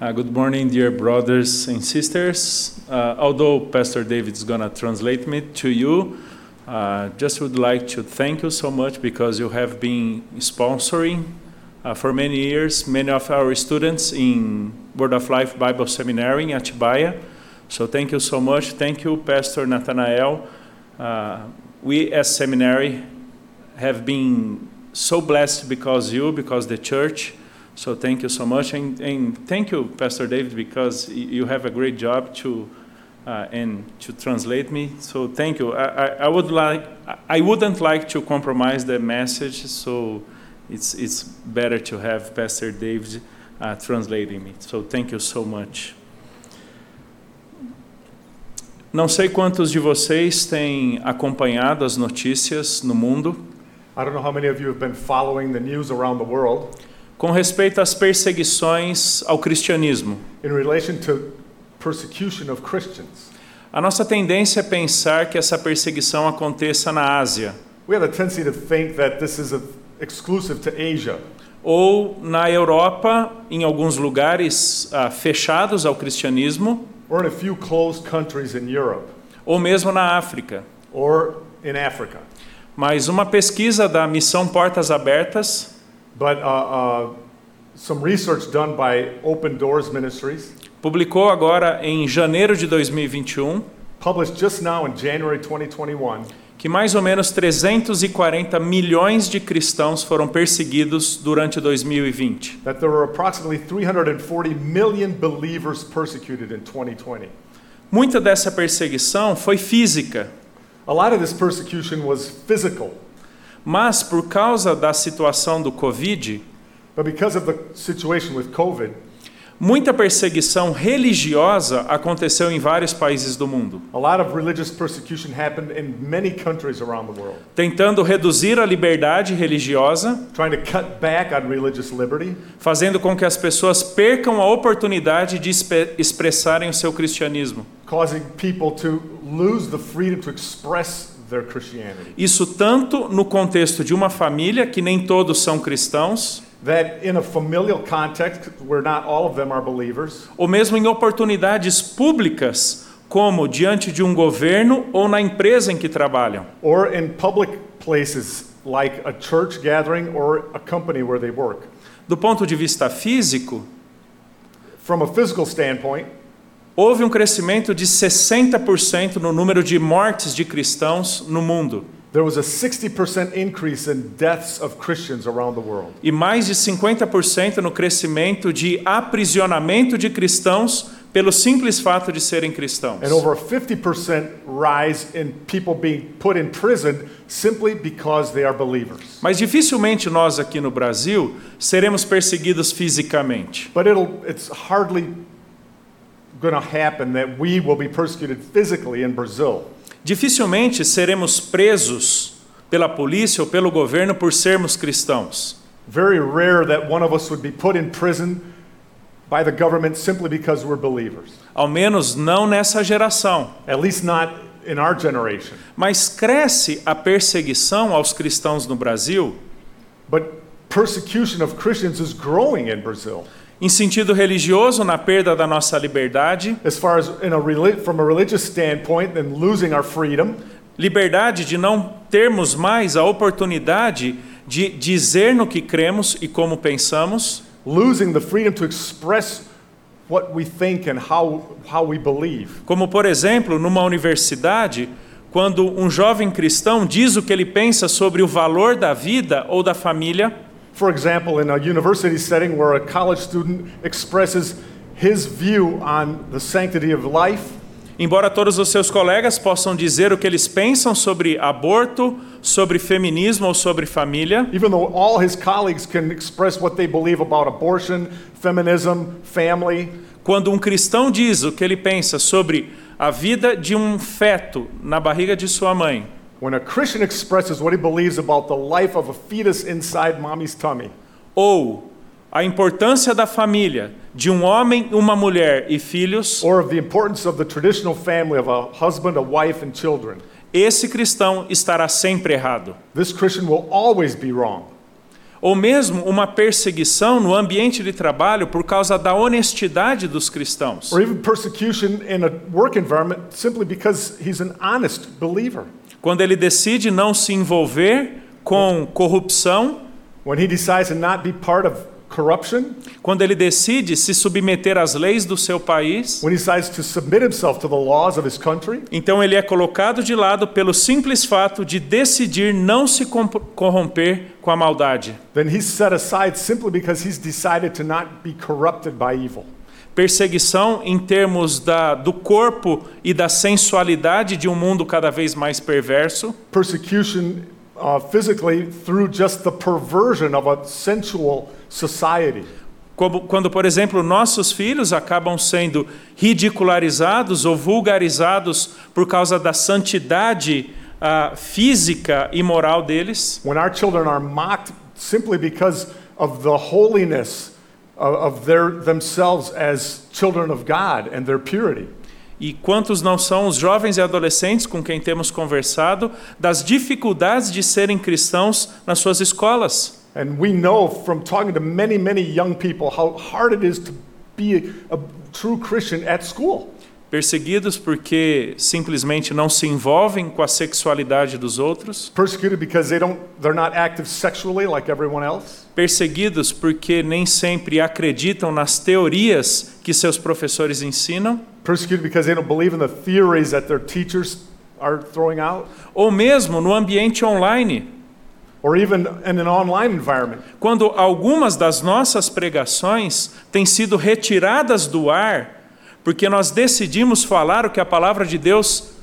Uh, good morning, dear brothers and sisters. Uh, although Pastor David is going to translate me to you, uh, just would like to thank you so much because you have been sponsoring uh, for many years many of our students in Word of Life Bible Seminary in Atibaia. So thank you so much. Thank you, Pastor Nathanael. Uh, we as seminary have been so blessed because you, because the church. So thank you so much, and, and thank you, Pastor David, because y- you have a great job to uh, and to translate me. So thank you. I, I, I would like I- I wouldn't like to compromise the message, so it's it's better to have Pastor David uh, translating me. So thank you so much. Não sei quantos de vocês têm acompanhado as notícias no mundo I don't know how many of you have been following the news around the world com respeito às perseguições ao cristianismo. in relation to persecution of Christians. A nossa tendência é pensar que essa perseguição aconteça na Ásia We have a tendency to think that this is a, exclusive to Asia ou na Europa, em alguns lugares ah, fechados ao cristianismo, or in a few closed countries in Europe ou mesmo na África. or in Africa. Mas uma pesquisa da Missão Portas Abertas But uh, uh, some research done by Open Doors Ministries, publicou agora em janeiro de 2021 published just now in January 2021, que mais ou menos 340 milhões de cristãos foram perseguidos durante 2020. that there were approximately 340 million believers persecuted in 2020. Muita dessa perseguição foi física, A lot of this persecution was physical. mas por causa da situação do Covid, But because of the situation with COVID, muita perseguição religiosa aconteceu em vários países do mundo, a lot of religious persecution happened in many countries around the world, tentando reduzir a liberdade religiosa, trying to cut back on religious liberty, fazendo com que as pessoas percam a oportunidade de espe- expressarem o seu cristianismo. causing people to lose the freedom to express their Christianity. Isso tanto no contexto de uma família, que nem todos são cristãos, That in a familial context where not all of them are believers, ou mesmo em oportunidades públicas, como diante de um governo ou na empresa em que trabalham. or in public places like a church gathering or a company where they work. Do ponto de vista físico, From a physical standpoint, houve um crescimento de 60% no número de mortes de cristãos no mundo there was a 60% increase in deaths of Christians around the world. e mais de 50% no crescimento de aprisionamento de cristãos pelo simples fato de serem cristãos. and over a 50% rise in people being put in prison simply because they are believers. Mas dificilmente nós aqui no Brasil seremos perseguidos fisicamente. But it'll, it's hardly going to happen that we will be persecuted physically in Brazil. Dificilmente seremos presos pela polícia ou pelo governo por sermos cristãos. Very rare that one of us would be put in prison by the government simply because we're believers, Ao menos não nessa geração. at least not in our generation. Mas cresce a perseguição aos cristãos no Brasil But persecution of Christians is growing in Brazil. em sentido religioso, na perda da nossa liberdade, As far as in a reli- from a religious standpoint, and losing our freedom, liberdade de não termos mais a oportunidade de dizer no que cremos e como pensamos, losing the freedom to express what we think and how, how we believe. como por exemplo, numa universidade, quando um jovem cristão diz o que ele pensa sobre o valor da vida ou da família, For example, in a university setting where a college student expresses his view on the sanctity of life, embora todos os seus colegas possam dizer o que eles pensam sobre aborto, sobre feminismo ou sobre família, even though all his colleagues can express what they believe about abortion, feminism, family, Quando um cristão diz o que ele pensa sobre a vida de um feto na barriga de sua mãe, when a Christian expresses what he believes about the life of a fetus inside mommy's tummy, ou a importância da família de um homem, uma mulher e filhos, or of the importance of the traditional family of a husband, a wife, and children, esse cristão estará sempre errado. this Christian will always be wrong. ou mesmo uma perseguição no ambiente de trabalho por causa da honestidade dos cristãos, or even persecution in a work environment simply because he's an honest believer. quando ele decide não se envolver com corrupção, When he decides to not be part of corruption, quando ele decide se submeter às leis do seu país, when he decides to submit himself to the laws of his country, então ele é colocado de lado pelo simples fato de decidir não se com- corromper com a maldade. then he's set aside simply because he's decided to not be corrupted by evil. Perseguição em termos da, do corpo e da sensualidade de um mundo cada vez mais perverso. Persecution uh, physically through just the perversion of a sensual society. Como- quando, por exemplo, nossos filhos acabam sendo ridicularizados ou vulgarizados por causa da santidade ah, física e moral deles, When our children are mocked simply because of the holiness of, of their themselves as children of God and their purity. e quantos não são os jovens e adolescentes com quem temos conversado, das dificuldades de serem cristãos nas suas escolas. And we know from talking to many, many young people how hard it is to be a, a true Christian at school. Perseguidos porque simplesmente não se envolvem com a sexualidade dos outros, Persecuted because they don't, they're not active sexually like everyone else. perseguidos porque nem sempre acreditam nas teorias que seus professores ensinam, Persecuted because they don't believe in the theories that their teachers are throwing out, ou mesmo no ambiente online, or even in an online environment. quando algumas das nossas pregações têm sido retiradas do ar, porque nós decidimos falar o que a palavra de Deus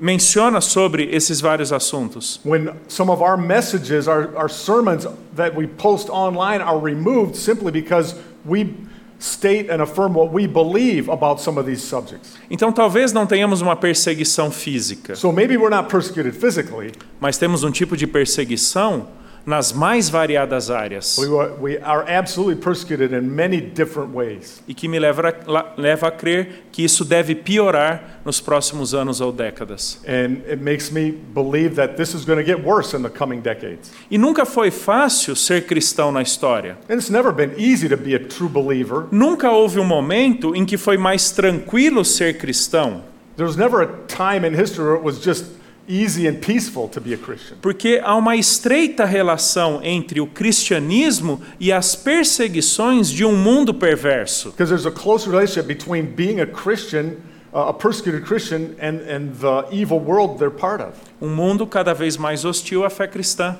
menciona sobre esses vários assuntos. When some of our messages, our, our sermons that we post online are removed simply because we state and affirm what we believe about some of these subjects. Então talvez não tenhamos uma perseguição física, So maybe we're not persecuted physically, mas temos um tipo de perseguição nas mais variadas áreas. We, were, we are absolutely persecuted in many different ways. E que me leva a, la- leva a crer que isso deve piorar nos próximos anos ou décadas. And it makes me believe that this is going to get worse in the coming decades. E nunca foi fácil ser cristão na história. And it's never been easy to be a true believer. Nunca houve um momento em que foi mais tranquilo ser cristão, There was never a time in history where it was just easy and peaceful to be a Christian. porque há uma estreita relação entre o cristianismo e as perseguições de um mundo perverso. Because there's a close relationship between being a Christian, uh, a persecuted Christian, and, and the evil world they're part of. Um mundo cada vez mais hostil à fé cristã.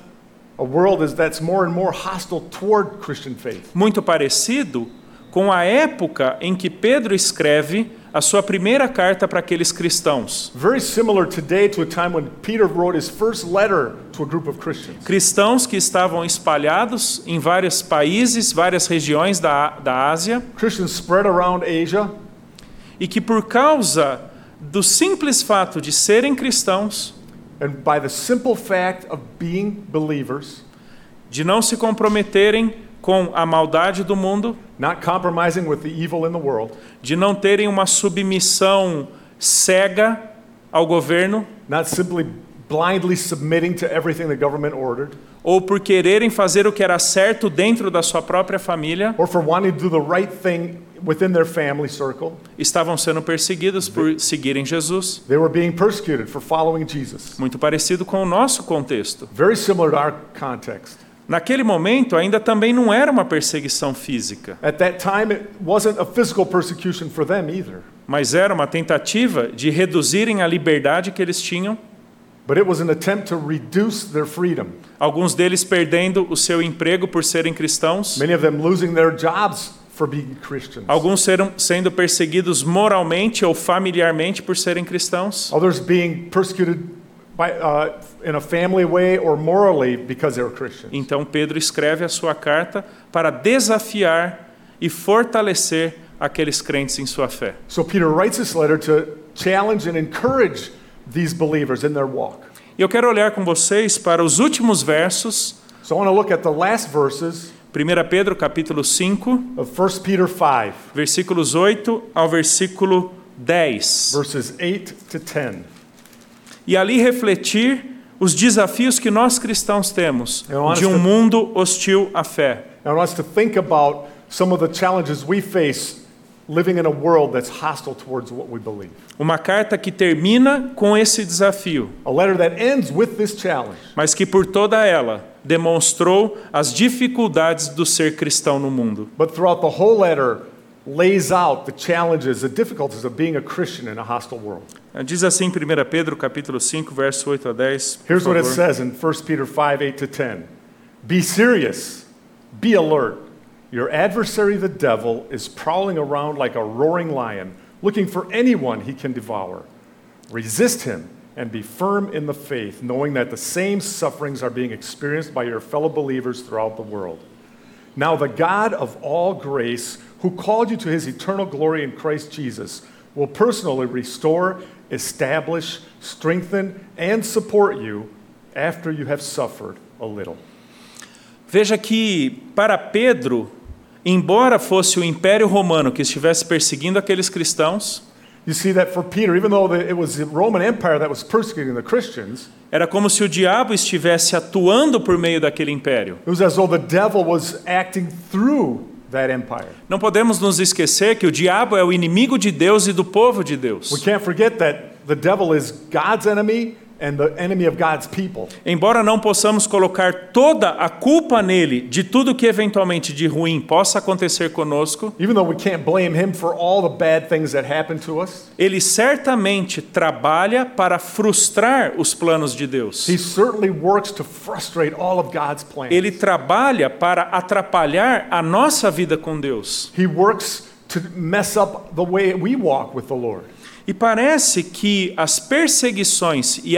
A world is, that's more and more hostile toward Christian faith. Muito parecido com a época em que Pedro escreve a sua primeira carta para aqueles cristãos. Very similar today to a time when Peter wrote his first letter to a group of Christians. Cristãos que estavam espalhados em vários países, várias regiões da, da Ásia. Christians spread around Asia, e que por causa do simples fato de serem cristãos, and by the simple fact of being believers, de não se comprometerem com a maldade do mundo, not compromising with the evil in the world, de não terem uma submissão cega ao governo, not simply blindly submitting to everything the government ordered, ou por quererem fazer o que era certo dentro da sua própria família, or for wanting to do the right thing within their family circle, estavam sendo perseguidos por seguirem Jesus. they were being persecuted for following Jesus. Muito parecido com o nosso contexto. Very similar to our context. Naquele momento, ainda também não era uma perseguição física, At that time, it wasn't a physical persecution for them either, mas era uma tentativa de reduzirem a liberdade que eles tinham but it was an attempt to reduce their freedom. Alguns deles perdendo o seu emprego por serem cristãos, Many of them losing their jobs for being Christians. alguns serão- sendo perseguidos moralmente ou familiarmente por serem cristãos, others being persecuted by, uh, in a family way or morally because they were Christians. Então Pedro escreve a sua carta para desafiar e fortalecer aqueles crentes em sua fé. So Peter writes this letter to challenge and encourage these believers in their walk. E Eu quero olhar com vocês para os últimos versos, So I want to look at the last verses 1 Pedro capítulo 5, of 1 Peter 5, versículos 8 ao versículo 10. verses 8 to 10. e ali refletir os desafios que nós cristãos temos Eu acho de um É que- mundo hostil à fé. I want us to think about some of the challenges we face living in a world that's hostile towards what we believe. Uma carta que termina com esse desafio, A letter that ends with this challenge, mas que por toda ela demonstrou as dificuldades do ser cristão no mundo. but throughout the whole letter, lays out the challenges, the difficulties of being a Christian in a hostile world. Diz assim em 1 Pedro capítulo 5, verso 8 a 10. por Here's what it favor. says in 1 Peter 5 8 to 10. Be serious, be alert. Your adversary, the devil, is prowling around like a roaring lion, looking for anyone he can devour. Resist him and be firm in the faith, knowing that the same sufferings are being experienced by your fellow believers throughout the world. Now, the God of all grace, who called you to his eternal glory in Christ Jesus, will personally restore, establish, strengthen, and support you after you have suffered a little. Veja que para Pedro, embora fosse o Império Romano que estivesse perseguindo aqueles cristãos, You see that for Peter, even though the- it was the Roman Empire that was persecuting the Christians, era como se o diabo estivesse atuando por meio daquele império. it was as though the devil was acting through that empire. Não podemos nos esquecer que o diabo é o inimigo de Deus e do povo de We Deus. can't forget that the devil is God's enemy and the enemy of God's people. Embora não possamos colocar toda a culpa nele de tudo que eventualmente de ruim possa acontecer conosco, Even though we can't blame him for all the bad things that happened to us, ele certamente trabalha para frustrar os planos de Deus. He certainly works to frustrate all of God's plans. Ele trabalha para atrapalhar a nossa vida com Deus. he works to mess up the way we walk with the Lord. E parece que as perseguições e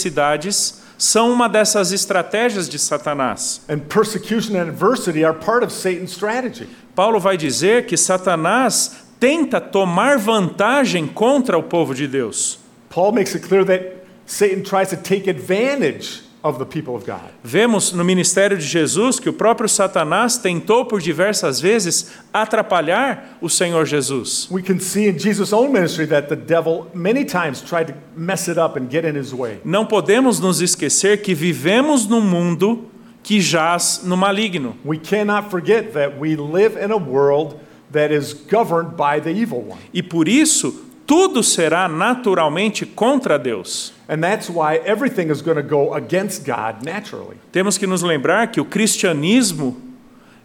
adversidades são uma dessas estratégias de Satanás. And persecution and adversity are part of Satan's strategy. Paulo vai dizer que Satanás tenta tomar vantagem contra o povo de Deus. Paul makes it clear that Satan tries to take advantage of the people of God. Vemos no ministério de Jesus que o próprio Satanás tentou por diversas vezes atrapalhar o Senhor Jesus. We can see in Jesus' own ministry that the devil many times tried to mess it up and get in his way. Não podemos nos esquecer que vivemos num mundo que jaz no maligno. We cannot forget that we live in a world that is governed by the evil one. E por isso, tudo será naturalmente contra Deus. And that's why everything is going to go against God naturally. Temos que nos lembrar que o cristianismo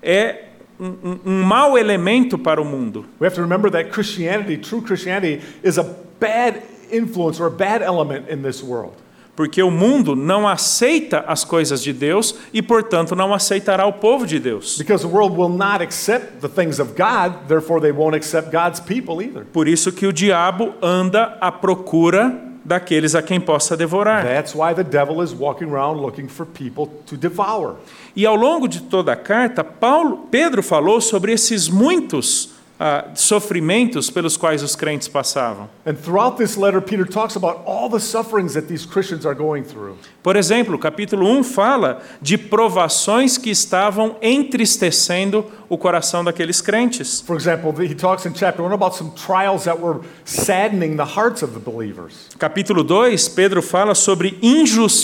é um, um, um mau elemento para o mundo. We have to remember that Christianity, true Christianity, is a bad influence or a bad element in this world. Porque o mundo não aceita as coisas de Deus e, portanto, não aceitará o povo de Deus. Because the world will not accept the things of God, therefore they won't accept God's people either. Por isso que o diabo anda à procura daqueles a quem possa devorar. That's why the devil is walking around looking for people to devour. E ao longo de toda a carta, Paulo, Pedro falou sobre esses muitos ah, sofrimentos pelos quais os crentes passavam. And throughout this letter, Peter talks about all the sufferings that these Christians are going through. Por exemplo, o capítulo 1 fala de provações que estavam entristecendo o coração daqueles crentes. For example, he talks in chapter 1 about some trials that were saddening the hearts of the believers. Capítulo 2, Pedro fala sobre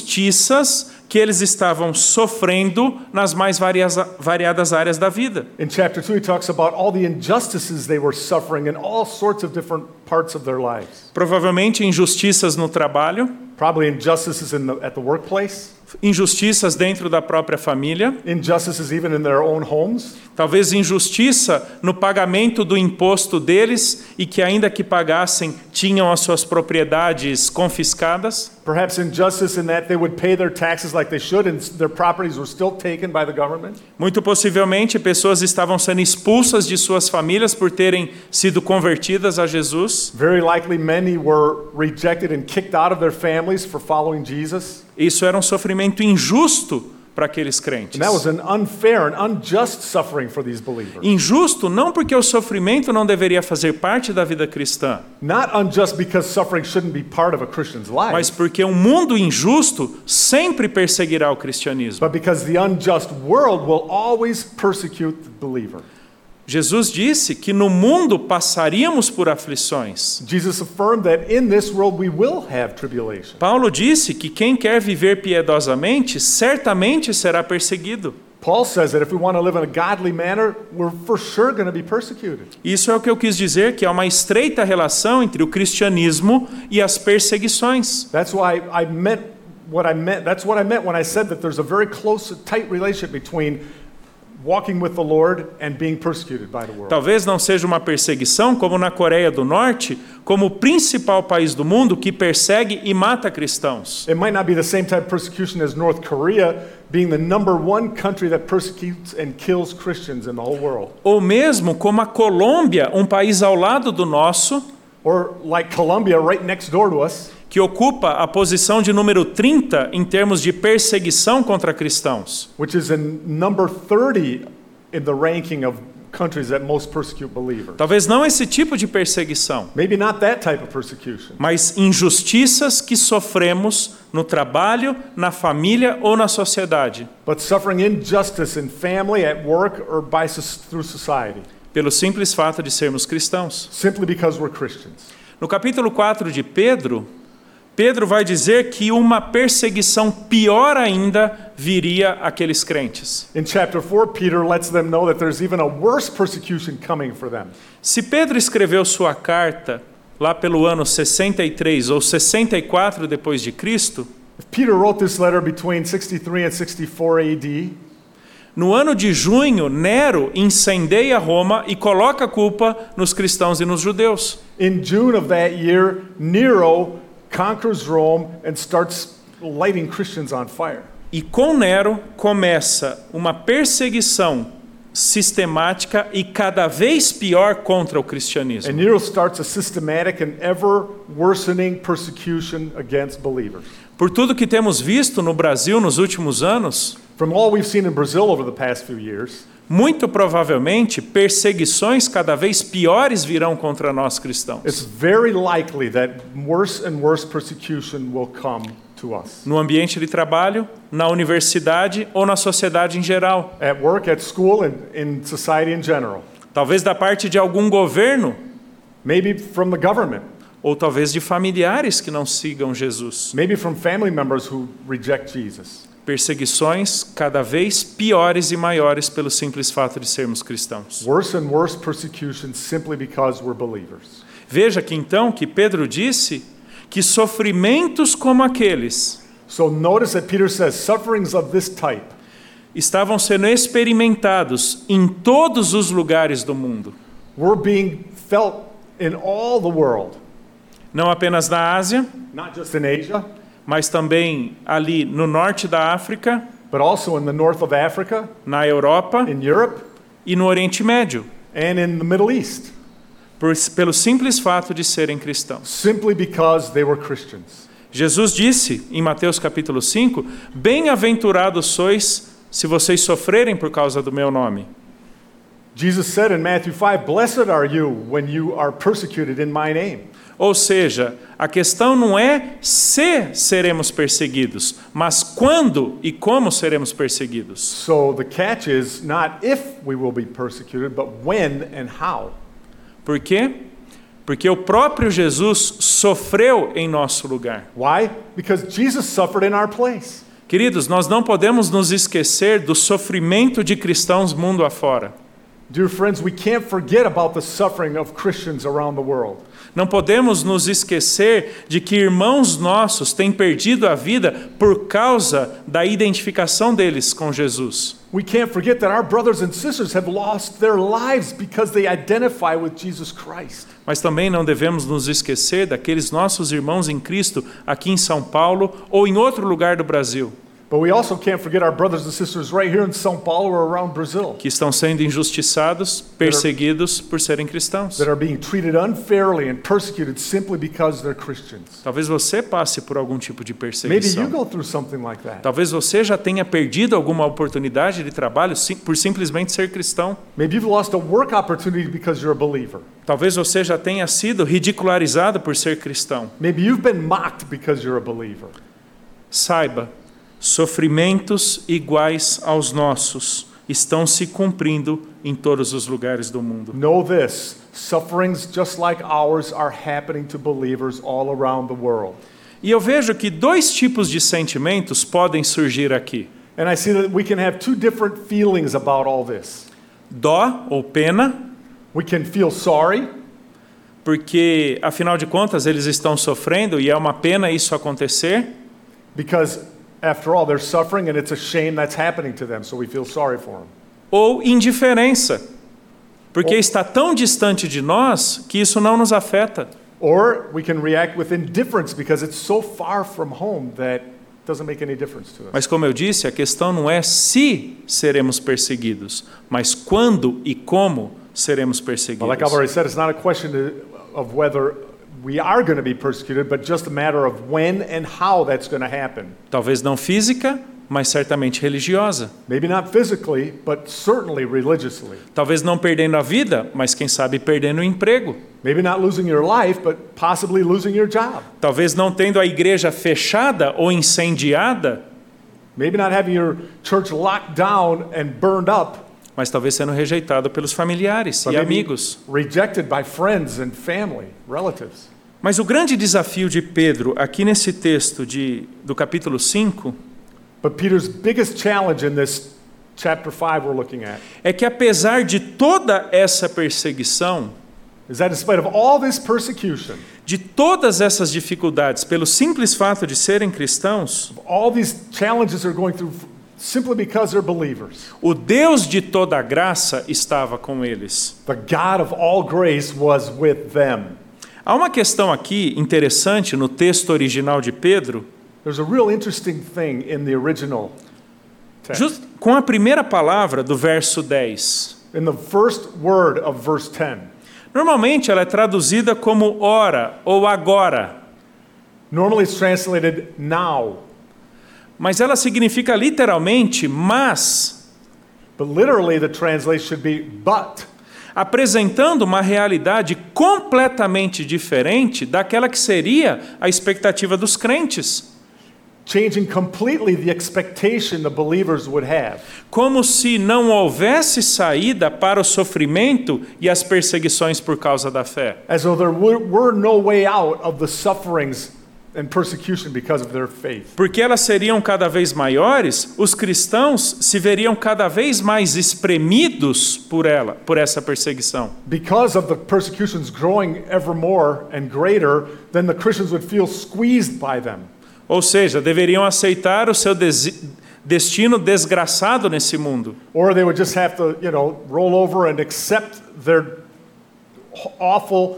injustiças que eles estavam sofrendo nas mais varias- variadas áreas da vida. In chapter 2, he talks about all the injustices they were suffering in all sorts of different parts of their lives. Provavelmente injustiças no trabalho, Probably injustices in the, at the workplace, injustiças dentro da própria família, injustices even in their own homes, talvez injustiça no pagamento do imposto deles e que, ainda que pagassem, tinham as suas propriedades confiscadas. perhaps injustice in that they would pay their taxes like they should and s- their properties were still taken by the government. Muito possivelmente, pessoas estavam sendo expulsas de suas famílias por terem sido convertidas a Jesus. Very likely, many were rejected and kicked out of their families for following Jesus. Isso era um sofrimento injusto para aqueles crentes. And that was an unfair and unjust suffering for these believers. Injusto não porque o sofrimento não deveria fazer parte da vida cristã, Not unjust because suffering shouldn't be part of a Christian's life. mas porque um mundo injusto sempre perseguirá o cristianismo. But because the unjust world will always persecute the believer. Jesus disse que no mundo passaríamos por aflições. Jesus affirmed that in this world we will have tribulation. Paulo disse que quem quer viver piedosamente certamente será perseguido. Paul says that if we want to live in a godly manner, we're for sure going to be persecuted. Isso é o que eu quis dizer, que há uma estreita relação entre o cristianismo e as perseguições. That's why I meant what I meant. That's what I meant when I said that there's a very close, tight relationship between walking with the Lord and being persecuted by the world. Talvez não seja uma perseguição como na Coreia do Norte, como o principal país do mundo que persegue e mata cristãos. It might not be the same type of persecution as North Korea, being the number one country that persecutes and kills Christians in the whole world, Ou mesmo como a Colômbia, um país ao lado do nosso, or like Colombia right next door to us, que ocupa a posição de número 30 em termos de perseguição contra cristãos. which is in number 30 in the ranking of countries that most persecute believers. Talvez não esse tipo de perseguição, Maybe not that type of persecution, mas injustiças que sofremos no trabalho, na família ou na sociedade, but suffering injustice in family, at work, or by sus- through society, pelo simples fato de sermos cristãos. simply because we're Christians. No capítulo 4 de Pedro, Pedro vai dizer que uma perseguição pior ainda viria àqueles crentes. In chapter 4, Peter lets them know that there's even a worse persecution coming for them. Se Pedro escreveu sua carta lá pelo ano 63 ou 64 depois de Cristo, If Peter wrote this letter between 63 and 64 AD, no ano de junho, Nero incendeia Roma e coloca a culpa nos cristãos e nos judeus. in June of that year, Nero conquers Rome and starts lighting Christians on fire. E com Nero começa uma perseguição sistemática e cada vez pior contra o cristianismo. And Nero starts a systematic and ever worsening persecution against believers. Por tudo que temos visto no Brasil nos últimos anos, From all we've seen in Brazil over the past few years, muito provavelmente perseguições cada vez piores virão contra nós it's cristãos. very likely that worse and worse persecution will come to us. No ambiente de trabalho, na universidade ou na sociedade em geral. At work, at school, and in society in general. Talvez da parte de algum governo, Maybe from the government. ou talvez de familiares que não sigam Jesus. Maybe from family members who reject Jesus. Perseguições cada vez piores e maiores pelo simples fato de sermos cristãos. Worse and worse persecution simply because we're believers. Veja que então que Pedro disse que sofrimentos como aqueles So notice that Peter says sufferings of this type estavam sendo experimentados em todos os lugares do mundo, were being felt in all the world, não apenas na Ásia, not just in Asia, mas também ali no norte da África, but also in the north of Africa, na Europa in Europe, e no Oriente Médio, and in the Middle East, por- pelo simples fato de serem cristãos. simply because they were Christians. Jesus disse em Mateus capítulo 5: Bem-aventurados sois se vocês sofrerem por causa do meu nome. Jesus said in Matthew 5, Blessed are you when you are persecuted in my name. Ou seja, a questão não é se seremos perseguidos, mas quando e como seremos perseguidos. So the catch is not if we will be persecuted, but when and how. Por quê? Porque o próprio Jesus sofreu em nosso lugar. Why? Because Jesus suffered in our place. Queridos, nós não podemos nos esquecer do sofrimento de cristãos mundo afora. Dear friends, we can't forget about the suffering of Christians around the world. Não podemos nos esquecer de que irmãos nossos têm perdido a vida por causa da identificação deles com Jesus. We can't forget that our brothers and sisters have lost their lives because they identify with Jesus Christ. Mas também não devemos nos esquecer daqueles nossos irmãos em Cristo aqui em São Paulo ou em outro lugar do Brasil But we also can't forget our brothers and sisters right here in Sao Paulo or around Brazil que estão sendo injustiçados, perseguidos por serem cristãos. that are being treated unfairly and persecuted simply because they're Christians. Talvez você passe por algum tipo de Maybe you perseguição. go through something like that. Talvez você já tenha perdido alguma oportunidade de trabalho sim- por simplesmente ser cristão. Maybe you've lost a work opportunity because you're a believer. Talvez você já tenha sido ridicularizado por ser cristão. Maybe you've been mocked because you're a believer. Saiba, sofrimentos iguais aos nossos estão se cumprindo em todos os lugares do mundo. Know this sufferings just like ours are happening to believers all around the world. E eu vejo que dois tipos de sentimentos podem surgir aqui: And I see that we can have two different feelings about all this. dó ou pena, We can feel sorry, porque afinal de contas eles estão sofrendo e é uma pena isso acontecer. because after all, they're suffering and it's a shame that's happening to them, so we feel sorry for them. ou indiferença, porque está tão distante de nós que isso não nos afeta. Or we can react with indifference because it's so far from home that it doesn't make any difference to us. Mas, como eu disse, a questão não é se seremos perseguidos, mas quando e como seremos But like I've perseguidos. already said, it's not a question to- of whether we are going to be persecuted, but just a matter of when and how that's going to happen. Talvez não física, mas certamente religiosa. Maybe not physically, but certainly religiously. Talvez não perdendo a vida, mas quem sabe perdendo o emprego. Maybe not losing your life, but possibly losing your job. Talvez não tendo a igreja fechada ou incendiada, Maybe not having your church locked down and burned up, mas talvez sendo rejeitado pelos familiares but e maybe amigos. rejected by friends and family, relatives. Mas o grande desafio de Pedro, aqui nesse texto de, do capítulo 5, But Peter's biggest challenge in this chapter 5 we're looking at é que apesar de toda essa perseguição, is that in spite of all this persecution, de todas essas dificuldades, pelo simples fato de serem cristãos, all these challenges they're going through simply because they're believers, o Deus de toda a graça estava com eles. the God of all grace was with them. Há uma questão aqui interessante no texto original de Pedro, There's a real interesting thing in the original text. just com a primeira palavra do verso 10. in the first word of verse 10. Normalmente ela é traduzida como ora ou agora. Normally it's translated now, Mas ela significa literalmente, mas, but literally the translation should be but. apresentando uma realidade completamente diferente daquela que seria a expectativa dos crentes. Changing completely the expectation the believers would have. Como se não houvesse saída para o sofrimento e as perseguições por causa da fé. as though there were, were no way out of the sufferings and persecution because of their faith. Porque elas seriam cada vez maiores, os cristãos se veriam cada vez mais espremidos por ela, por essa perseguição. Because of the persecutions growing ever more and greater, then the Christians would feel squeezed by them. Ou seja, deveriam aceitar o seu desi- destino desgraçado nesse mundo. Or they would just have to, you know, roll over and accept their awful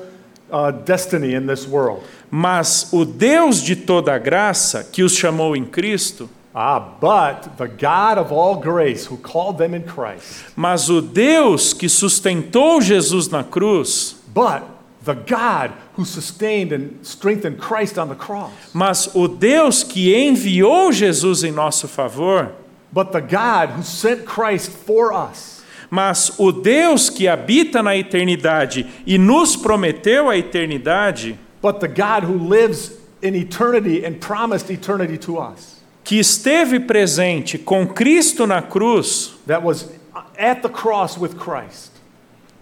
uh, destiny in this world. Mas o Deus de toda a graça, que os chamou em Cristo, Ah, but the God of all grace who called them in Christ, mas o Deus que sustentou Jesus na cruz, but the God who sustained and strengthened Christ on the cross. mas o Deus que enviou Jesus em nosso favor, but the God who sent Christ for us, mas o Deus que habita na eternidade e nos prometeu a eternidade, but the God who lives in eternity and promised eternity to us, que esteve presente com Cristo na cruz, that was at the cross with Christ.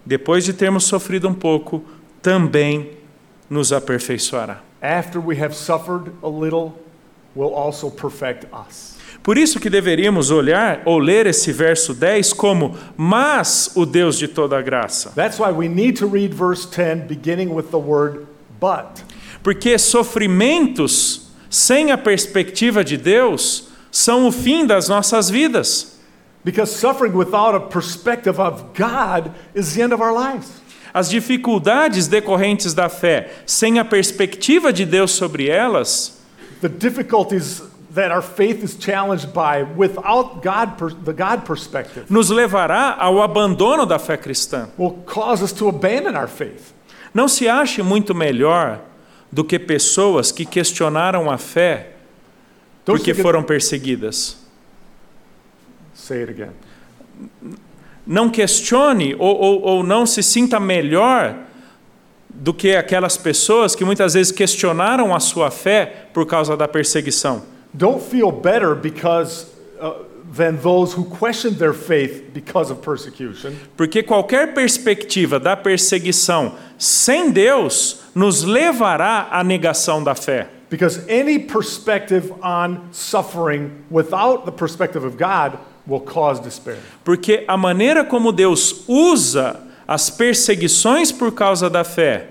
depois de termos sofrido um pouco, também nos aperfeiçoará. After we have suffered a little, will also perfect us. Por isso que deveríamos olhar ou ler esse verso 10 como mas o Deus de toda a graça. That's why we need to read verse 10 beginning with the word but. Porque sofrimentos sem a perspectiva de Deus são o fim das nossas vidas. Because suffering without a perspective of God is the end of our lives. As dificuldades decorrentes da fé, sem a perspectiva de Deus sobre elas, The difficulties that our faith is challenged by without God per- the God perspective nos levará ao abandono da fé cristã. will cause us to abandon our faith. Não se ache muito melhor do que pessoas que questionaram a fé Don't porque you think it- foram perseguidas. say it again. não questione ou, ou, ou não se sinta melhor do que aquelas pessoas que muitas vezes questionaram a sua fé por causa da perseguição. Don't feel better because uh, than those who questioned their faith because of persecution, Porque qualquer perspectiva da perseguição sem Deus nos levará à negação da fé. because any perspective on suffering without the perspective of God will cause despair. Porque a maneira como Deus usa as perseguições por causa da fé,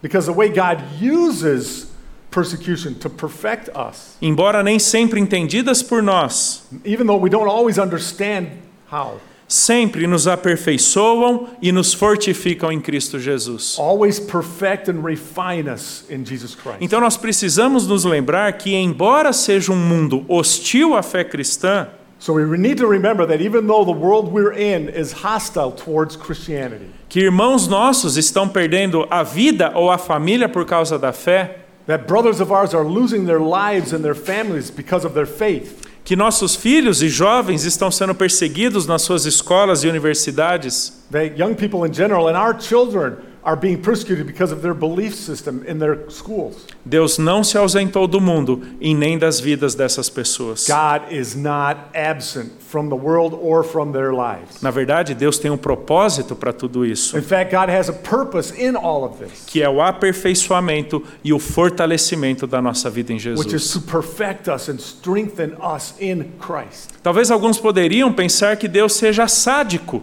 Because the way God uses persecution to perfect us, embora nem sempre entendidas por nós, even though we don't always understand how, sempre nos aperfeiçoam e nos fortificam em Cristo Jesus. always perfect and refine us in Jesus Christ. Então nós precisamos nos lembrar que, embora seja um mundo hostil à fé cristã, So we need to remember that even though the world we're in is hostile towards Christianity, que irmãos nossos estão perdendo a vida ou a família por causa da fé, that brothers of ours are losing their lives and their families because of their faith, que nossos filhos e jovens estão sendo perseguidos nas suas escolas e universidades, that young people in general and our children are being persecuted because of their belief system in their schools. Deus não se ausentou do mundo e nem das vidas dessas pessoas. God is not absent from the world or from their lives. Na verdade, Deus tem um propósito para tudo isso, In fact, God has a purpose in all of this, que é o aperfeiçoamento e o fortalecimento da nossa vida em which is Jesus. to perfect us and strengthen us in Christ. Talvez alguns poderiam pensar que Deus seja sádico.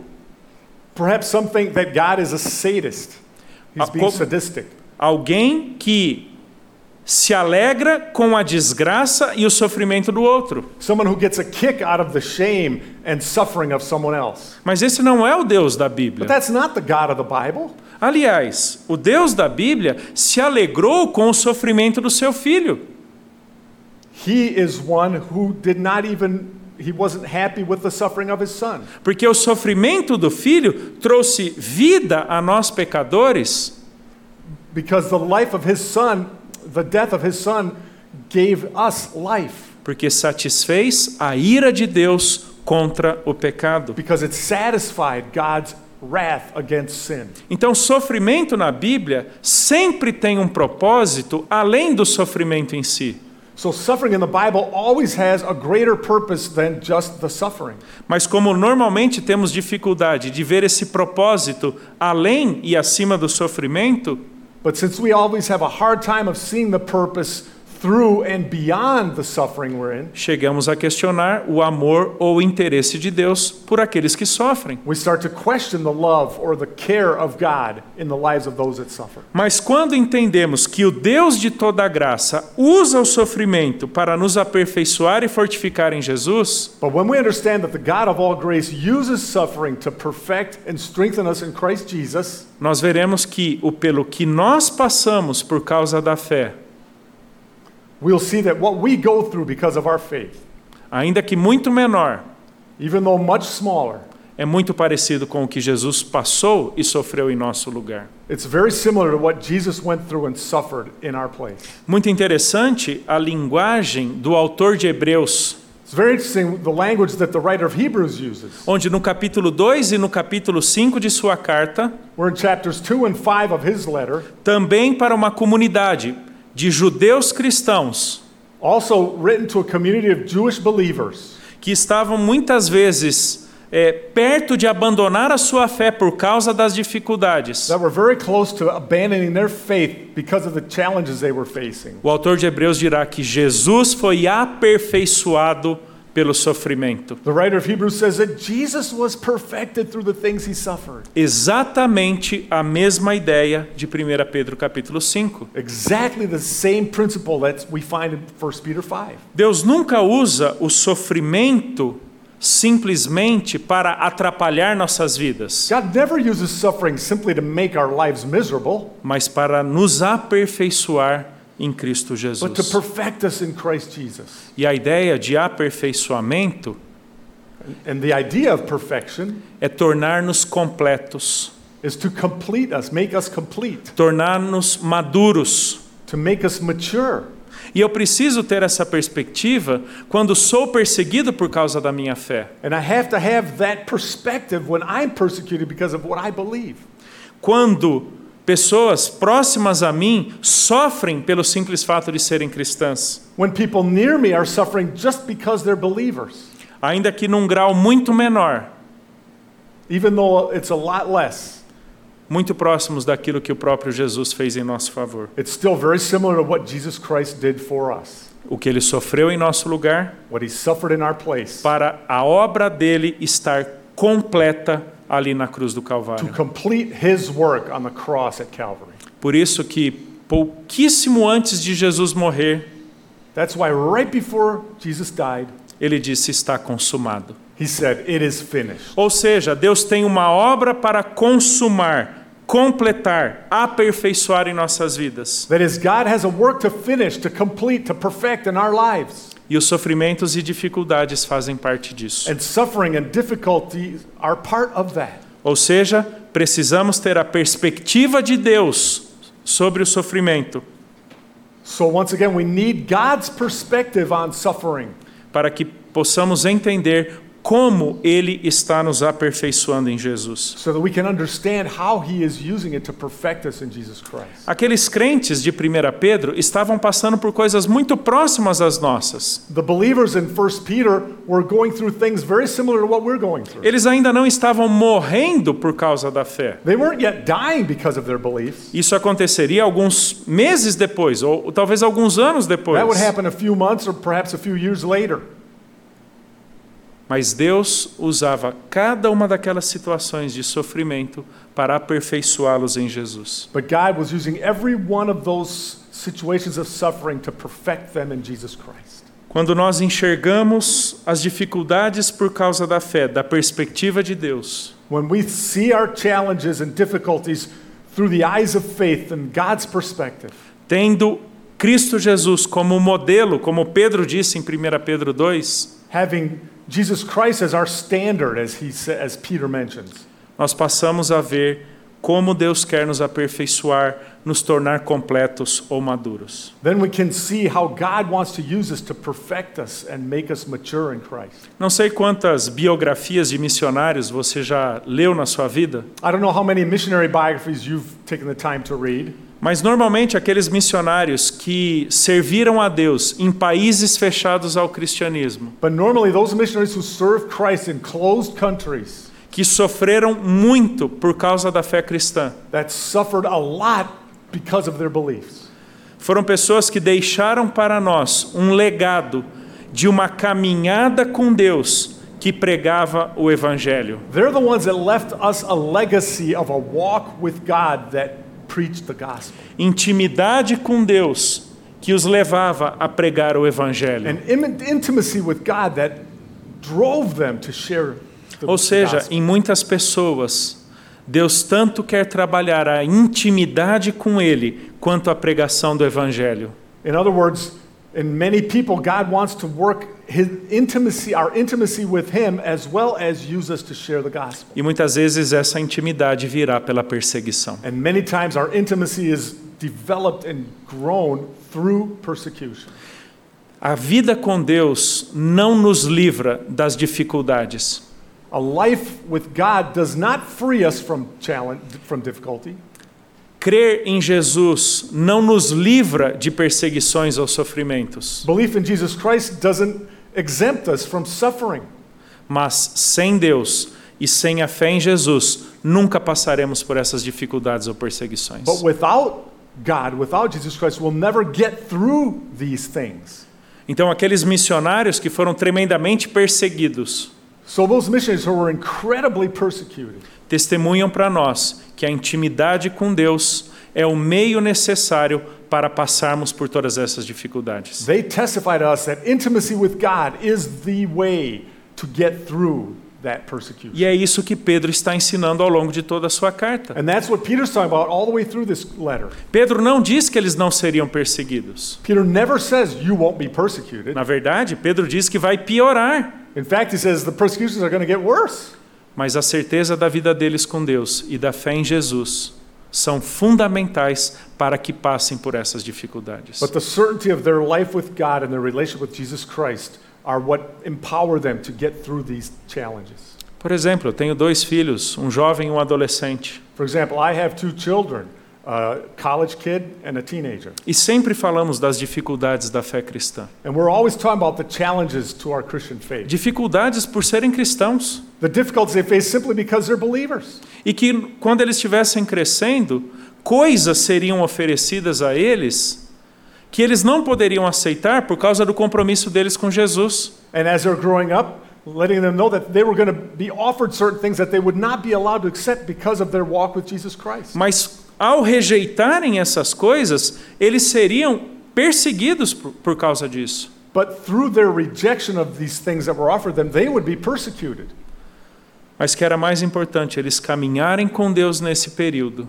Perhaps some think that God is a sadist. He's Ah, being como- sadistic. Alguém que se alegra com a desgraça e o sofrimento do outro. Someone who gets a kick out of the shame and suffering of someone else. Mas esse não é o Deus da But Bíblia. that's not the God of the Bible. Aliás, o Deus da Bíblia se alegrou com o sofrimento do seu filho. He is one who did not even, he wasn't happy with the suffering of his son. Porque o sofrimento do filho trouxe vida a nós pecadores, Because the life of his son, the death of his son, gave us life. porque satisfez a ira de Deus contra o pecado. Because it satisfied God's wrath against sin. Então, sofrimento na Bíblia sempre tem um propósito além do sofrimento em si. So suffering in the Bible always has a greater purpose than just the suffering. Mas como normalmente temos dificuldade de ver esse propósito além e acima do sofrimento, But since we always have a hard time of seeing the purpose through and beyond the suffering we're in, chegamos a questionar o amor ou o interesse de Deus por aqueles que sofrem. we start to question the love or the care of God in the lives of those that suffer. Mas quando entendemos que o Deus de toda graça usa o sofrimento para nos aperfeiçoar e fortificar em Jesus, But when we understand that the God of all grace uses suffering to perfect and strengthen us in Christ Jesus, nós veremos que o pelo que nós passamos por causa da fé, we'll see that what we go through because of our faith, ainda que muito menor, even though much smaller, é muito parecido com o que Jesus passou e sofreu em nosso lugar. it's very similar to what Jesus went through and suffered in our place. Muito interessante a linguagem do autor de Hebreus, It's very interesting the language that the writer of Hebrews uses. onde no capítulo 2 e no capítulo 5 de sua carta, We're in chapters 2 and 5 of his letter, também para uma comunidade de judeus cristãos also written to a community of Jewish believers que estavam muitas vezes é, perto de abandonar a sua fé por causa das dificuldades. that were very close to abandoning their faith because of the challenges they were facing. O autor de Hebreus dirá que Jesus foi aperfeiçoado pelo sofrimento, The writer of Hebrews says that Jesus was perfected through the things he suffered. exatamente a mesma ideia de 1 Pedro capítulo 5. Exactly the same principle that we find in 1 Peter 5. Deus nunca usa o sofrimento simplesmente para atrapalhar nossas vidas, God never uses suffering simply to make our lives miserable, mas para nos aperfeiçoar em Cristo but to Jesus. perfect us in Christ Jesus. E a ideia de aperfeiçoamento And the idea of perfection é tornar-nos completos, is to complete us, make us complete, tornar-nos maduros. to make us mature. E eu preciso ter essa perspectiva quando sou perseguido por causa da minha fé. And I have to have that perspective when I'm persecuted because of what I believe. Quando pessoas próximas a mim sofrem pelo simples fato de serem cristãs. When people near me are suffering just because they're believers. ainda que num grau muito menor, even though it's a lot less. muito próximos daquilo que o próprio Jesus fez em nosso favor. It's still very similar to what Jesus Christ did for us, O que ele sofreu em nosso lugar, what he suffered in our place para a obra dele estar completa ali na cruz do to Calvário. complete his work on the cross at Calvary. Por isso que pouquíssimo antes de Jesus morrer, That's why right before Jesus died, ele disse está consumado. he said, It is finished. Ou seja, Deus tem uma obra para consumar, completar, aperfeiçoar em nossas vidas. That is, God has a work to finish, to complete, to perfect in our lives. E os sofrimentos e dificuldades fazem parte disso. And suffering and difficulty are part of that. Ou seja, precisamos ter a perspectiva de Deus sobre o sofrimento, So, once again, we need God's perspective on suffering para que possamos entender como ele está nos aperfeiçoando em Jesus. so that we can understand how He is using it to perfect us in Jesus Christ. Aqueles crentes de 1 Pedro estavam passando por coisas muito próximas às nossas. The believers in 1 Peter were going through things very similar to what we're going through. Eles ainda não estavam morrendo por causa da fé. They weren't yet dying because of their beliefs. Isso aconteceria alguns meses depois, ou talvez alguns anos depois. That would happen a few months or perhaps a few years later. Mas Deus usava cada uma daquelas situações de sofrimento para aperfeiçoá-los em Jesus. But God was using every one of those situations of suffering to perfect them in Jesus Christ. Quando nós enxergamos as dificuldades por causa da fé, da perspectiva de Deus, When we see our challenges and difficulties through the eyes of faith and God's perspective, tendo Cristo Jesus como modelo, como Pedro disse em 1 Pedro 2, having Jesus Christ as our standard, as, he, sa- as Peter mentions, nós passamos a ver como Deus quer nos aperfeiçoar, nos tornar completos ou maduros. then we can see how God wants to use us to perfect us and make us mature in Christ. Não sei quantas biografias de missionários você já leu na sua vida, I don't know how many missionary biographies you've taken the time to read, mas normalmente aqueles missionários que serviram a Deus em países fechados ao cristianismo, but normally those missionaries who serve Christ in closed countries que sofreram muito por causa da fé cristã, that suffered a lot because of their beliefs. foram pessoas que deixaram para nós um legado de uma caminhada com Deus que pregava o evangelho. They're the ones that left us a legacy of a walk with God that preached the gospel, Intimidade com Deus que os levava a pregar o evangelho. an im- intimacy with God that drove them to share the Ou seja, gospel. em muitas pessoas, Deus tanto quer trabalhar a intimidade com Ele quanto a pregação do Evangelho. In other words, in many people, God wants to work his intimacy, our intimacy with Him, as well as use us to share the gospel. E muitas vezes essa intimidade virá pela perseguição. And many times, our intimacy is developed and grown through persecution. A vida com Deus não nos livra das dificuldades. A life with God does not free us from challenge, from difficulty. Crer em Jesus não nos livra de perseguições ou sofrimentos. Belief in Jesus Christ doesn't exempt us from suffering. Mas sem Deus e sem a fé em Jesus, nunca passaremos por essas dificuldades ou perseguições. But without God, without Jesus Christ, we'll never get through these things. Então, aqueles missionários que foram tremendamente perseguidos So those missionaries who were incredibly persecuted testemunham para nós que a intimidade com Deus é o meio necessário para passarmos por todas essas dificuldades. They testify to us that intimacy with God is the way to get through that persecution. E é isso que Pedro está ensinando ao longo de toda a sua carta. And that's what Peter's talking about all the way through this letter. Pedro não diz que eles não seriam perseguidos. Peter never says you won't be persecuted. Na verdade, Pedro diz que vai piorar, In fact, he says the persecutions are going to get worse. mas a certeza da vida deles com Deus e da fé em Jesus são fundamentais para que passem por essas dificuldades. But the certainty of their life with God and their relationship with Jesus Christ are what empower them to get through these challenges. Por exemplo, eu tenho dois filhos, um jovem e um adolescente. For example, I have two children, a a college kid and a teenager. E sempre falamos das dificuldades da fé cristã. And we're always talking about the challenges to our Christian faith. Dificuldades por serem cristãos. The difficulties they face simply because they're believers. E que quando eles estivessem crescendo, coisas seriam oferecidas a eles que eles não poderiam aceitar por causa do compromisso deles com Jesus. And as they're growing up, letting them know that they were going to be offered certain things that they would not be allowed to accept because of their walk with Jesus Christ. Mas ao rejeitarem essas coisas, eles seriam perseguidos por, por causa disso. But through their rejection of these things that were offered them, they would be persecuted. Mas que era mais importante, eles caminharem com Deus nesse período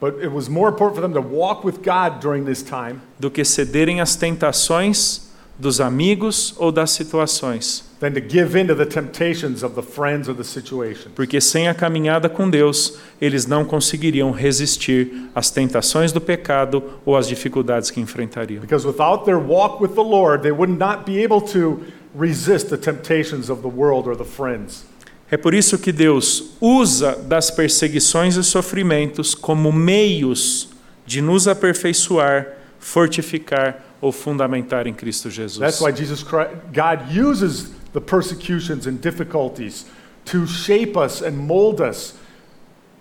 But it was more important for them to walk with God during this time do que cederem às tentações dos amigos ou das situações. than to give in to the temptations of the friends or the situation. Porque sem a caminhada com Deus, eles não conseguiriam resistir às tentações do pecado ou às dificuldades que enfrentariam. Because without their walk with the Lord, they would not be able to resist the temptations of the world or the friends. É por isso que Deus usa das perseguições e sofrimentos como meios de nos aperfeiçoar, fortificar ou fundamentar em Cristo Jesus. That's why Jesus Christ, God uses the persecutions and difficulties to shape us and mold us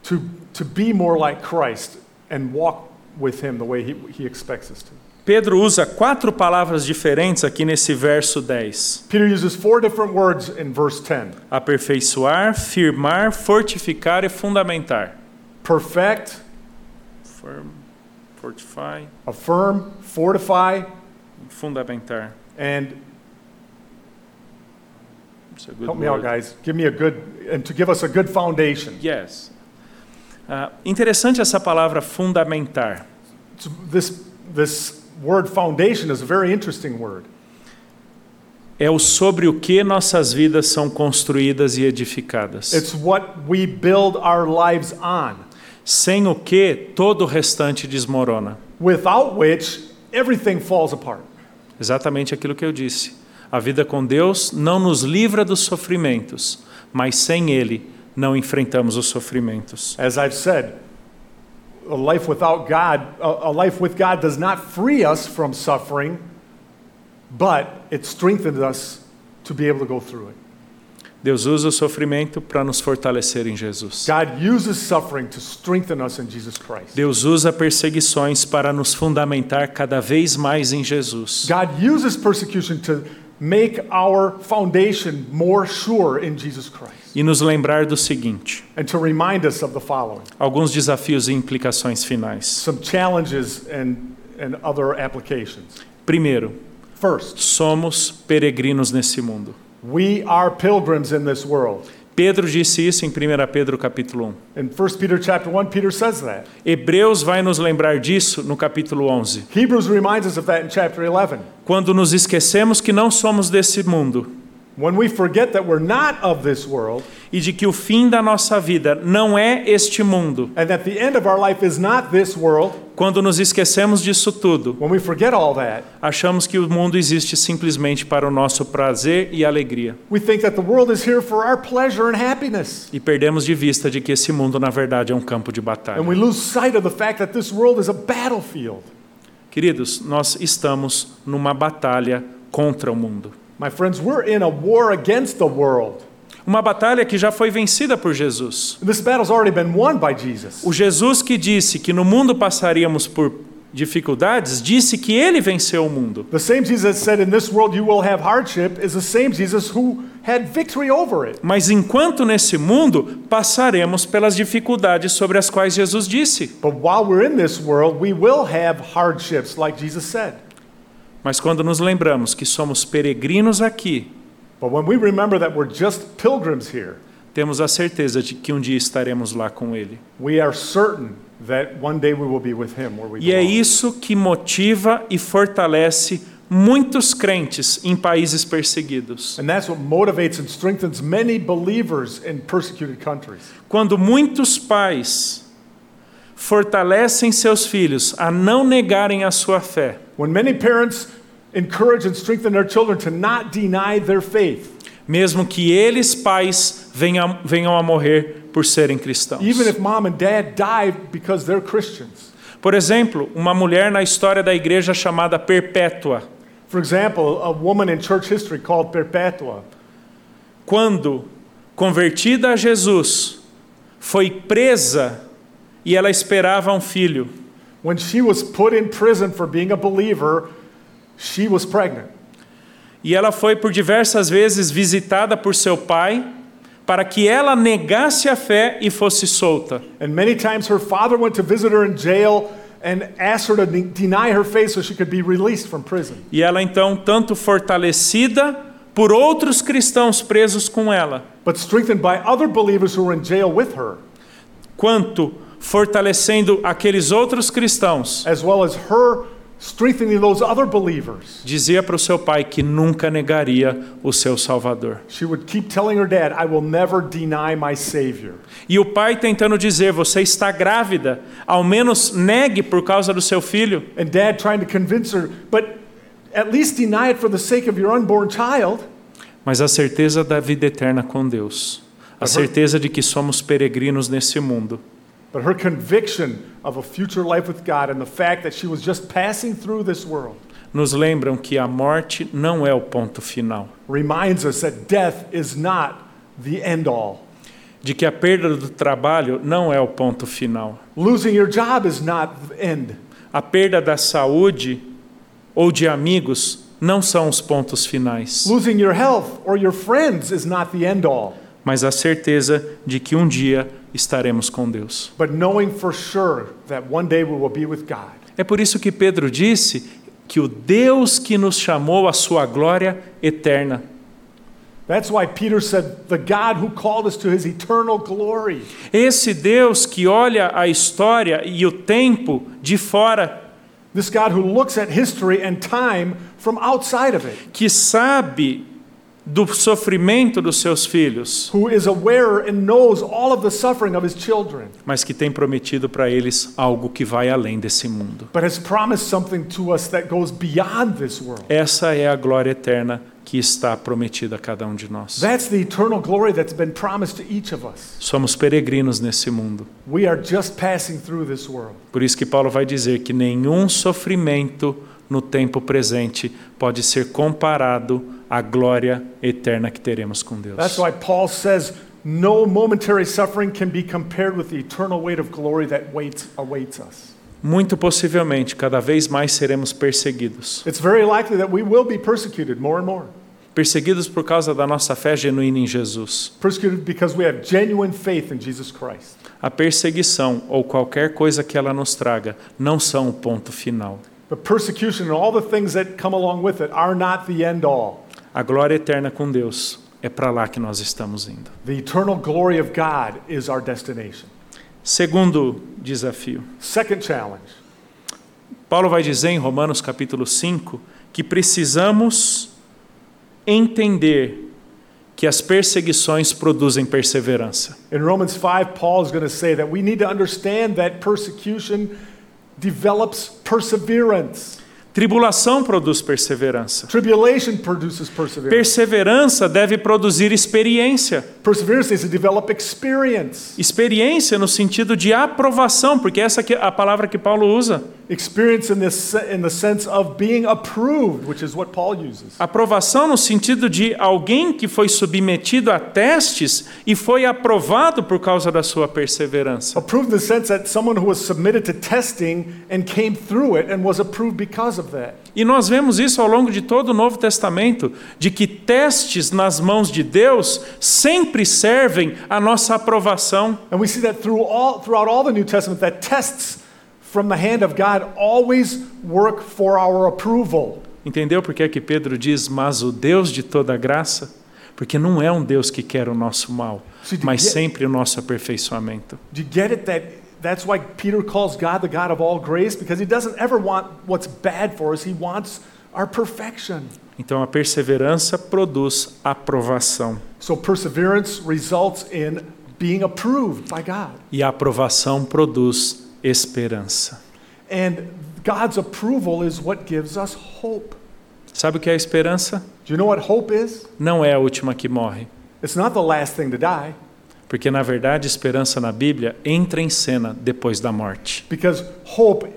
to, to be more like Christ and walk with Him the way He, he expects us to. Pedro usa quatro palavras diferentes aqui nesse verso 10. Peter uses four different words in verse 10 aperfeiçoar, firmar, fortificar e fundamentar. perfect, Firm, fortify, affirm, fortify, fundamentar. and It's a é good help me out, word. guys. Give me a good, and to give us a good foundation. Yes. Ah, interessante essa palavra fundamentar. It's- This, this word foundation is a very interesting word. É o sobre o que nossas vidas são construídas e edificadas. It's what we build our lives on, Sem o que todo o restante desmorona. without which everything falls apart. Exatamente aquilo que eu disse. A vida com Deus não nos livra dos sofrimentos, mas sem Ele não enfrentamos os sofrimentos. As I've said, a life without God, a, a life with God does not free us from suffering, but it strengthens us to be able to go through it. Deus usa o sofrimento para nos fortalecer em Jesus. God uses suffering to strengthen us in Jesus Christ. Deus usa perseguições para nos fundamentar cada vez mais em Jesus. God uses persecution to make our foundation more sure in Jesus Christ E nos lembrar do seguinte: and to remind us of the following alguns desafios e implicações finais. some challenges and, and other applications. Primeiro, First, somos peregrinos nesse mundo. we are pilgrims in this world. Pedro disse isso em 1 Pedro capítulo 1. In 1 Peter chapter 1, Peter says that. Hebreus vai nos lembrar disso no capítulo 11. Hebrews reminds us of that in chapter 11. Quando nos esquecemos que não somos desse mundo When we forget that we're not of this world e de que o fim da nossa vida não é este mundo. and that the end of our life is not this world, Quando nos esquecemos disso tudo, when we forget all that, achamos que o mundo existe simplesmente para o nosso prazer e alegria we think that the world is here for our pleasure and happiness. e perdemos de vista de que esse mundo na verdade é um campo de And batalha. we lose sight of the fact that this world is a battlefield. Queridos, nós estamos numa batalha contra o mundo. My friends, we're in a war against the world. Uma batalha que já foi vencida por Jesus. This battle's already been won by Jesus. O Jesus que disse que no mundo passaríamos por dificuldades, disse que ele venceu o mundo. The same Jesus that said, In this world you will have hardship, is the same Jesus who had victory over it. Mas enquanto nesse mundo, passaremos pelas dificuldades sobre as quais Jesus disse. But while we're in this world, we will have hardships, like Jesus said. Mas quando nos lembramos que somos peregrinos aqui, But when we remember that we're just pilgrims here, temos a certeza de que um dia estaremos lá com Ele. we are certain that one day we will be with Him where we E é belong. isso que motiva e fortalece muitos crentes em países perseguidos. And that's what motivates and strengthens many believers in persecuted countries. Quando muitos pais fortalecem seus filhos a não negarem a sua fé, When many parents encourage and strengthen their children to not deny their faith, mesmo que eles, pais, venham, venham a morrer por serem cristãos. even if mom and dad die because they're Christians. Por exemplo, uma mulher na história da igreja chamada Perpétua. For example, a woman in church history called Perpetua, quando convertida a Jesus, foi presa e ela esperava um filho. when she was put in prison for being a believer, she was pregnant. E ela foi por diversas vezes visitada por seu pai para que ela negasse a fé e fosse solta. And many times her father went to visit her in jail and asked her to de- deny her faith so she could be released from prison. E ela então, tanto fortalecida por outros cristãos presos com ela, But strengthened by other believers who were in jail with her, quanto fortalecendo aqueles outros cristãos, as well as her strengthening those other believers, dizia para o seu pai que nunca negaria o seu Salvador. she would keep telling her dad, I will never deny my Savior. E o pai tentando dizer: Você está grávida, ao menos negue por causa do seu filho. And dad trying to convince her, but at least deny it for the sake of your unborn child. Mas a certeza da vida eterna com Deus, a certeza de que somos peregrinos nesse mundo, But her conviction of a future life with God and the fact that she was just passing through this world nos lembram que a morte não é o ponto final, reminds us that death is not the end all. de que a perda do trabalho não é o ponto final, Losing your job is not the end. a perda da saúde ou de amigos não são os pontos finais, Losing your health or your friends is not the end all. mas a certeza de que um dia estaremos com Deus. But knowing for sure that one day we will be with God. É por isso que Pedro disse que o Deus que nos chamou à sua glória eterna. That's why Peter said, The God who called us to his eternal glory. Esse Deus que olha a história e o tempo de fora, This God who looks at history and time from outside of it, que sabe do sofrimento dos seus filhos, who is aware and knows all of the suffering of his children. mas que tem prometido para eles algo que vai além desse mundo. but has promised something to us that goes beyond this world. Essa é a glória eterna que está prometida a cada um de nós. That's the eternal glory that's been promised to each of us. Somos peregrinos nesse mundo. We are just passing through this world. Por isso que Paulo vai dizer que nenhum sofrimento no tempo presente pode ser comparado à glória eterna que teremos com Deus. That's why Paul says no momentary suffering can be compared with the eternal weight of glory that waits, awaits us. Muito possivelmente, cada vez mais seremos perseguidos. It's very likely that we will be persecuted more and more. Perseguidos por causa da nossa fé genuína em Jesus. Persecuted because we have genuine faith in Jesus Christ. A perseguição ou qualquer coisa que ela nos traga não são o ponto final. But persecution and all the things that come along with it are not the end all. A glória eterna com Deus é para lá que nós estamos indo. The eternal glory of God is our destination. Segundo desafio. Second challenge Paulo vai dizer em Romanos capítulo 5 que precisamos entender que as perseguições produzem perseverança. In Romans 5, Paul is going to say that we need to understand that persecution develops perseverance. Tribulação produz perseverança. Tribulation produces perseverance. Perseverança deve produzir experiência. perseverance is to develop experience. Experiência no sentido de aprovação, porque essa que é a palavra que Paulo usa. Experience in, this, se- in the sense of being approved, which is what Paul uses. Aprovação no sentido de alguém que foi submetido a testes e foi aprovado por causa da sua perseverança. Approved in the sense that someone who was submitted to testing and came through it and was approved because of that. E nós vemos isso ao longo de todo o Novo Testamento, de que testes nas mãos de Deus sempre servem à nossa aprovação. And we see that through all, throughout all the New Testament, that tests from the hand of God always work for our approval. Entendeu por que é que Pedro diz, mas o Deus de toda graça? Porque não é um Deus que quer o nosso mal, Se de- é? mas sempre o nosso aperfeiçoamento. Do you get it that that's why Peter calls God the God of all grace? Because he doesn't ever want what's bad for us, he wants our perfection. Então a perseverança produz aprovação, So perseverance results in being approved by God. e a aprovação produz esperança. And God's approval is what gives us hope. Sabe o que é a esperança? Do you know what hope is? Não é a última que morre, It's not the last thing to die. Porque, na verdade, esperança na Bíblia entra em cena depois da morte. Because hope,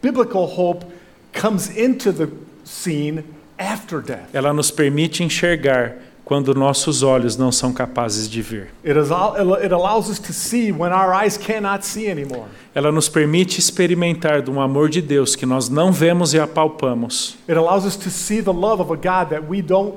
biblical hope, comes into the scene after death. Ela nos permite enxergar quando nossos olhos não são capazes de ver. It, is al- it allows us to see when our eyes cannot see anymore. Ela nos permite experimentar de um amor de Deus que nós não vemos e apalpamos. It allows us to see the love of a God that we don't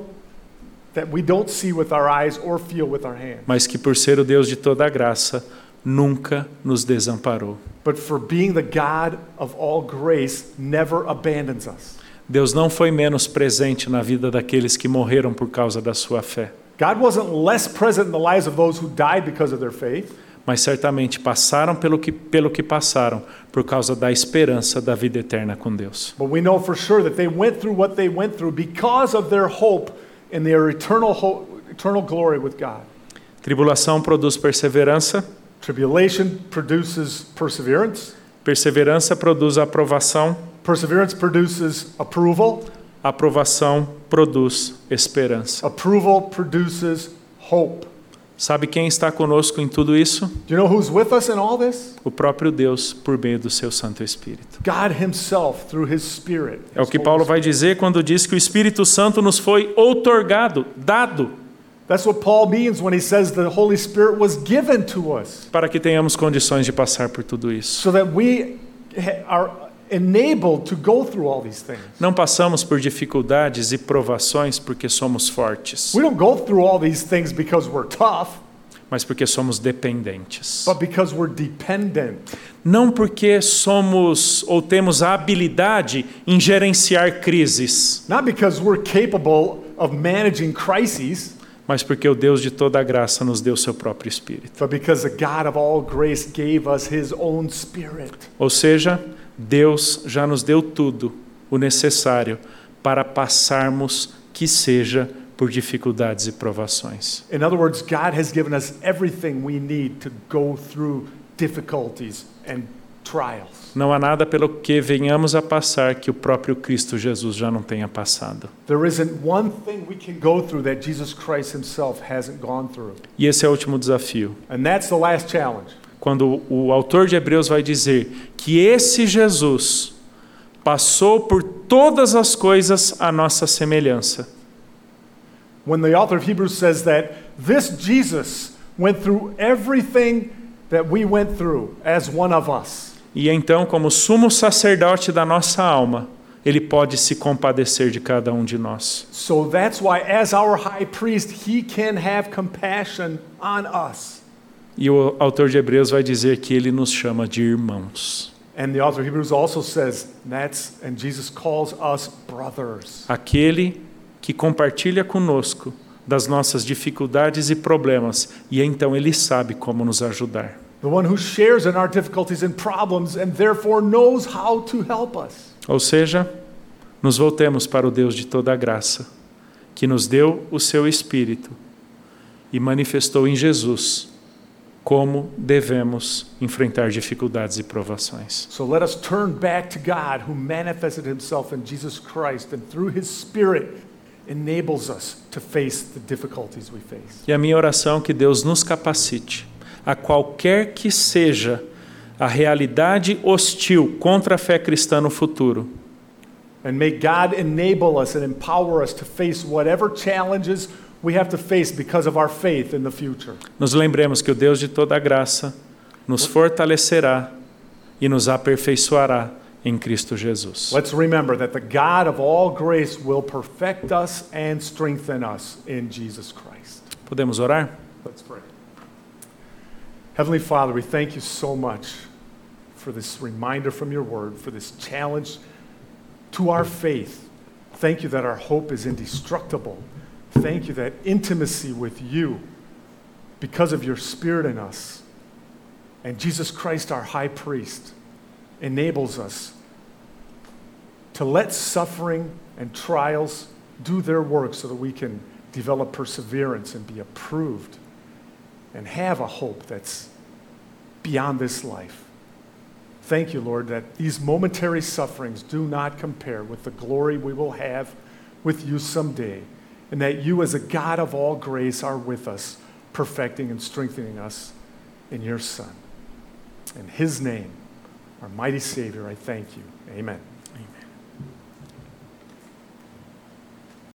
that we don't see with our eyes or feel with our hands. mas que por ser o Deus de toda a graça, nunca nos desamparou. But for being the God of all grace never abandons us. Deus não foi menos presente na vida daqueles que morreram por causa da sua fé, God wasn't less present in the lives of those who died because of their faith, mas certamente passaram pelo que, pelo que passaram por causa da esperança da vida eterna com Deus. but we know for sure that they went through what they went through because of their hope in their eternal hope, eternal glory with God. Tribulação produz perseverança, Tribulation produces perseverance. perseverança produz aprovação, Perseverance produces approval. aprovação produz esperança. Approval produces hope. Sabe quem está conosco em tudo isso? Do you know who's with us in all this? O próprio Deus, por meio do seu Santo Espírito. God Himself through His Spirit. É o que His Holy Paulo vai dizer quando diz que o Espírito Santo nos foi outorgado, dado, Spirit. That's what Paul means when he says the Holy Spirit was given to us para que tenhamos condições de passar por tudo isso. so that we ha- are enabled to go through all these things. Não passamos por dificuldades e provações porque somos fortes, We don't go through all these things because we're tough, mas porque somos dependentes. but because we're dependent. Não porque somos ou temos a habilidade em gerenciar crises, Not because we're capable of managing crises, mas porque o Deus de toda a graça nos deu seu próprio Espírito. but because the God of all grace gave us His own Spirit. Ou seja, Deus já nos deu tudo o necessário para passarmos, que seja, por dificuldades e provações. In other words, God has given us everything we need to go through difficulties and trials. Não há nada pelo que venhamos a passar que o próprio Cristo Jesus já não tenha passado. There isn't one thing we can go through that Jesus Christ himself hasn't gone through. E esse é o último desafio. And that's the last challenge. Quando o autor de Hebreus vai dizer que esse Jesus passou por todas as coisas à nossa semelhança. When the author of Hebrews says that this Jesus went through everything that we went through as one of us. E então, como sumo sacerdote da nossa alma, ele pode se compadecer de cada um de nós. So that's why, as our high priest, he can have compassion on us. E o autor de Hebreus vai dizer que ele nos chama de irmãos. And the author of Hebrews also says that's, and Jesus calls us brothers. Aquele que compartilha conosco das nossas dificuldades e problemas, e então ele sabe como nos ajudar. The one who shares in our difficulties and problems and therefore knows how to help us. Ou seja, nos voltemos para o Deus de toda a graça, que nos deu o seu Espírito e manifestou em Jesus como devemos enfrentar dificuldades e provações. So let us turn back to God who manifested himself in Jesus Christ and through his Spirit enables us to face the difficulties we face. E a minha oração é que Deus nos capacite a qualquer que seja a realidade hostil contra a fé cristã no futuro, And may God enable us and empower us to face whatever challenges we have to face because of our faith in the future. nos lembremos que o Deus de toda a graça nos fortalecerá e nos aperfeiçoará em Cristo Jesus. Let's remember that the God of all grace will perfect us and strengthen us in Jesus Christ. Podemos orar? Let's pray. Heavenly Father, we thank you so much for this reminder from your word, for this challenge to our faith. Thank you that our hope is indestructible. Thank you that intimacy with you, because of your spirit in us, and Jesus Christ, our high priest, enables us to let suffering and trials do their work so that we can develop perseverance and be approved and have a hope that's beyond this life. Thank you, Lord, that these momentary sufferings do not compare with the glory we will have with you someday, and that you, as a God of all grace, are with us perfecting and strengthening us in your Son. In his name, our mighty Savior, I thank you. Amen. Amen.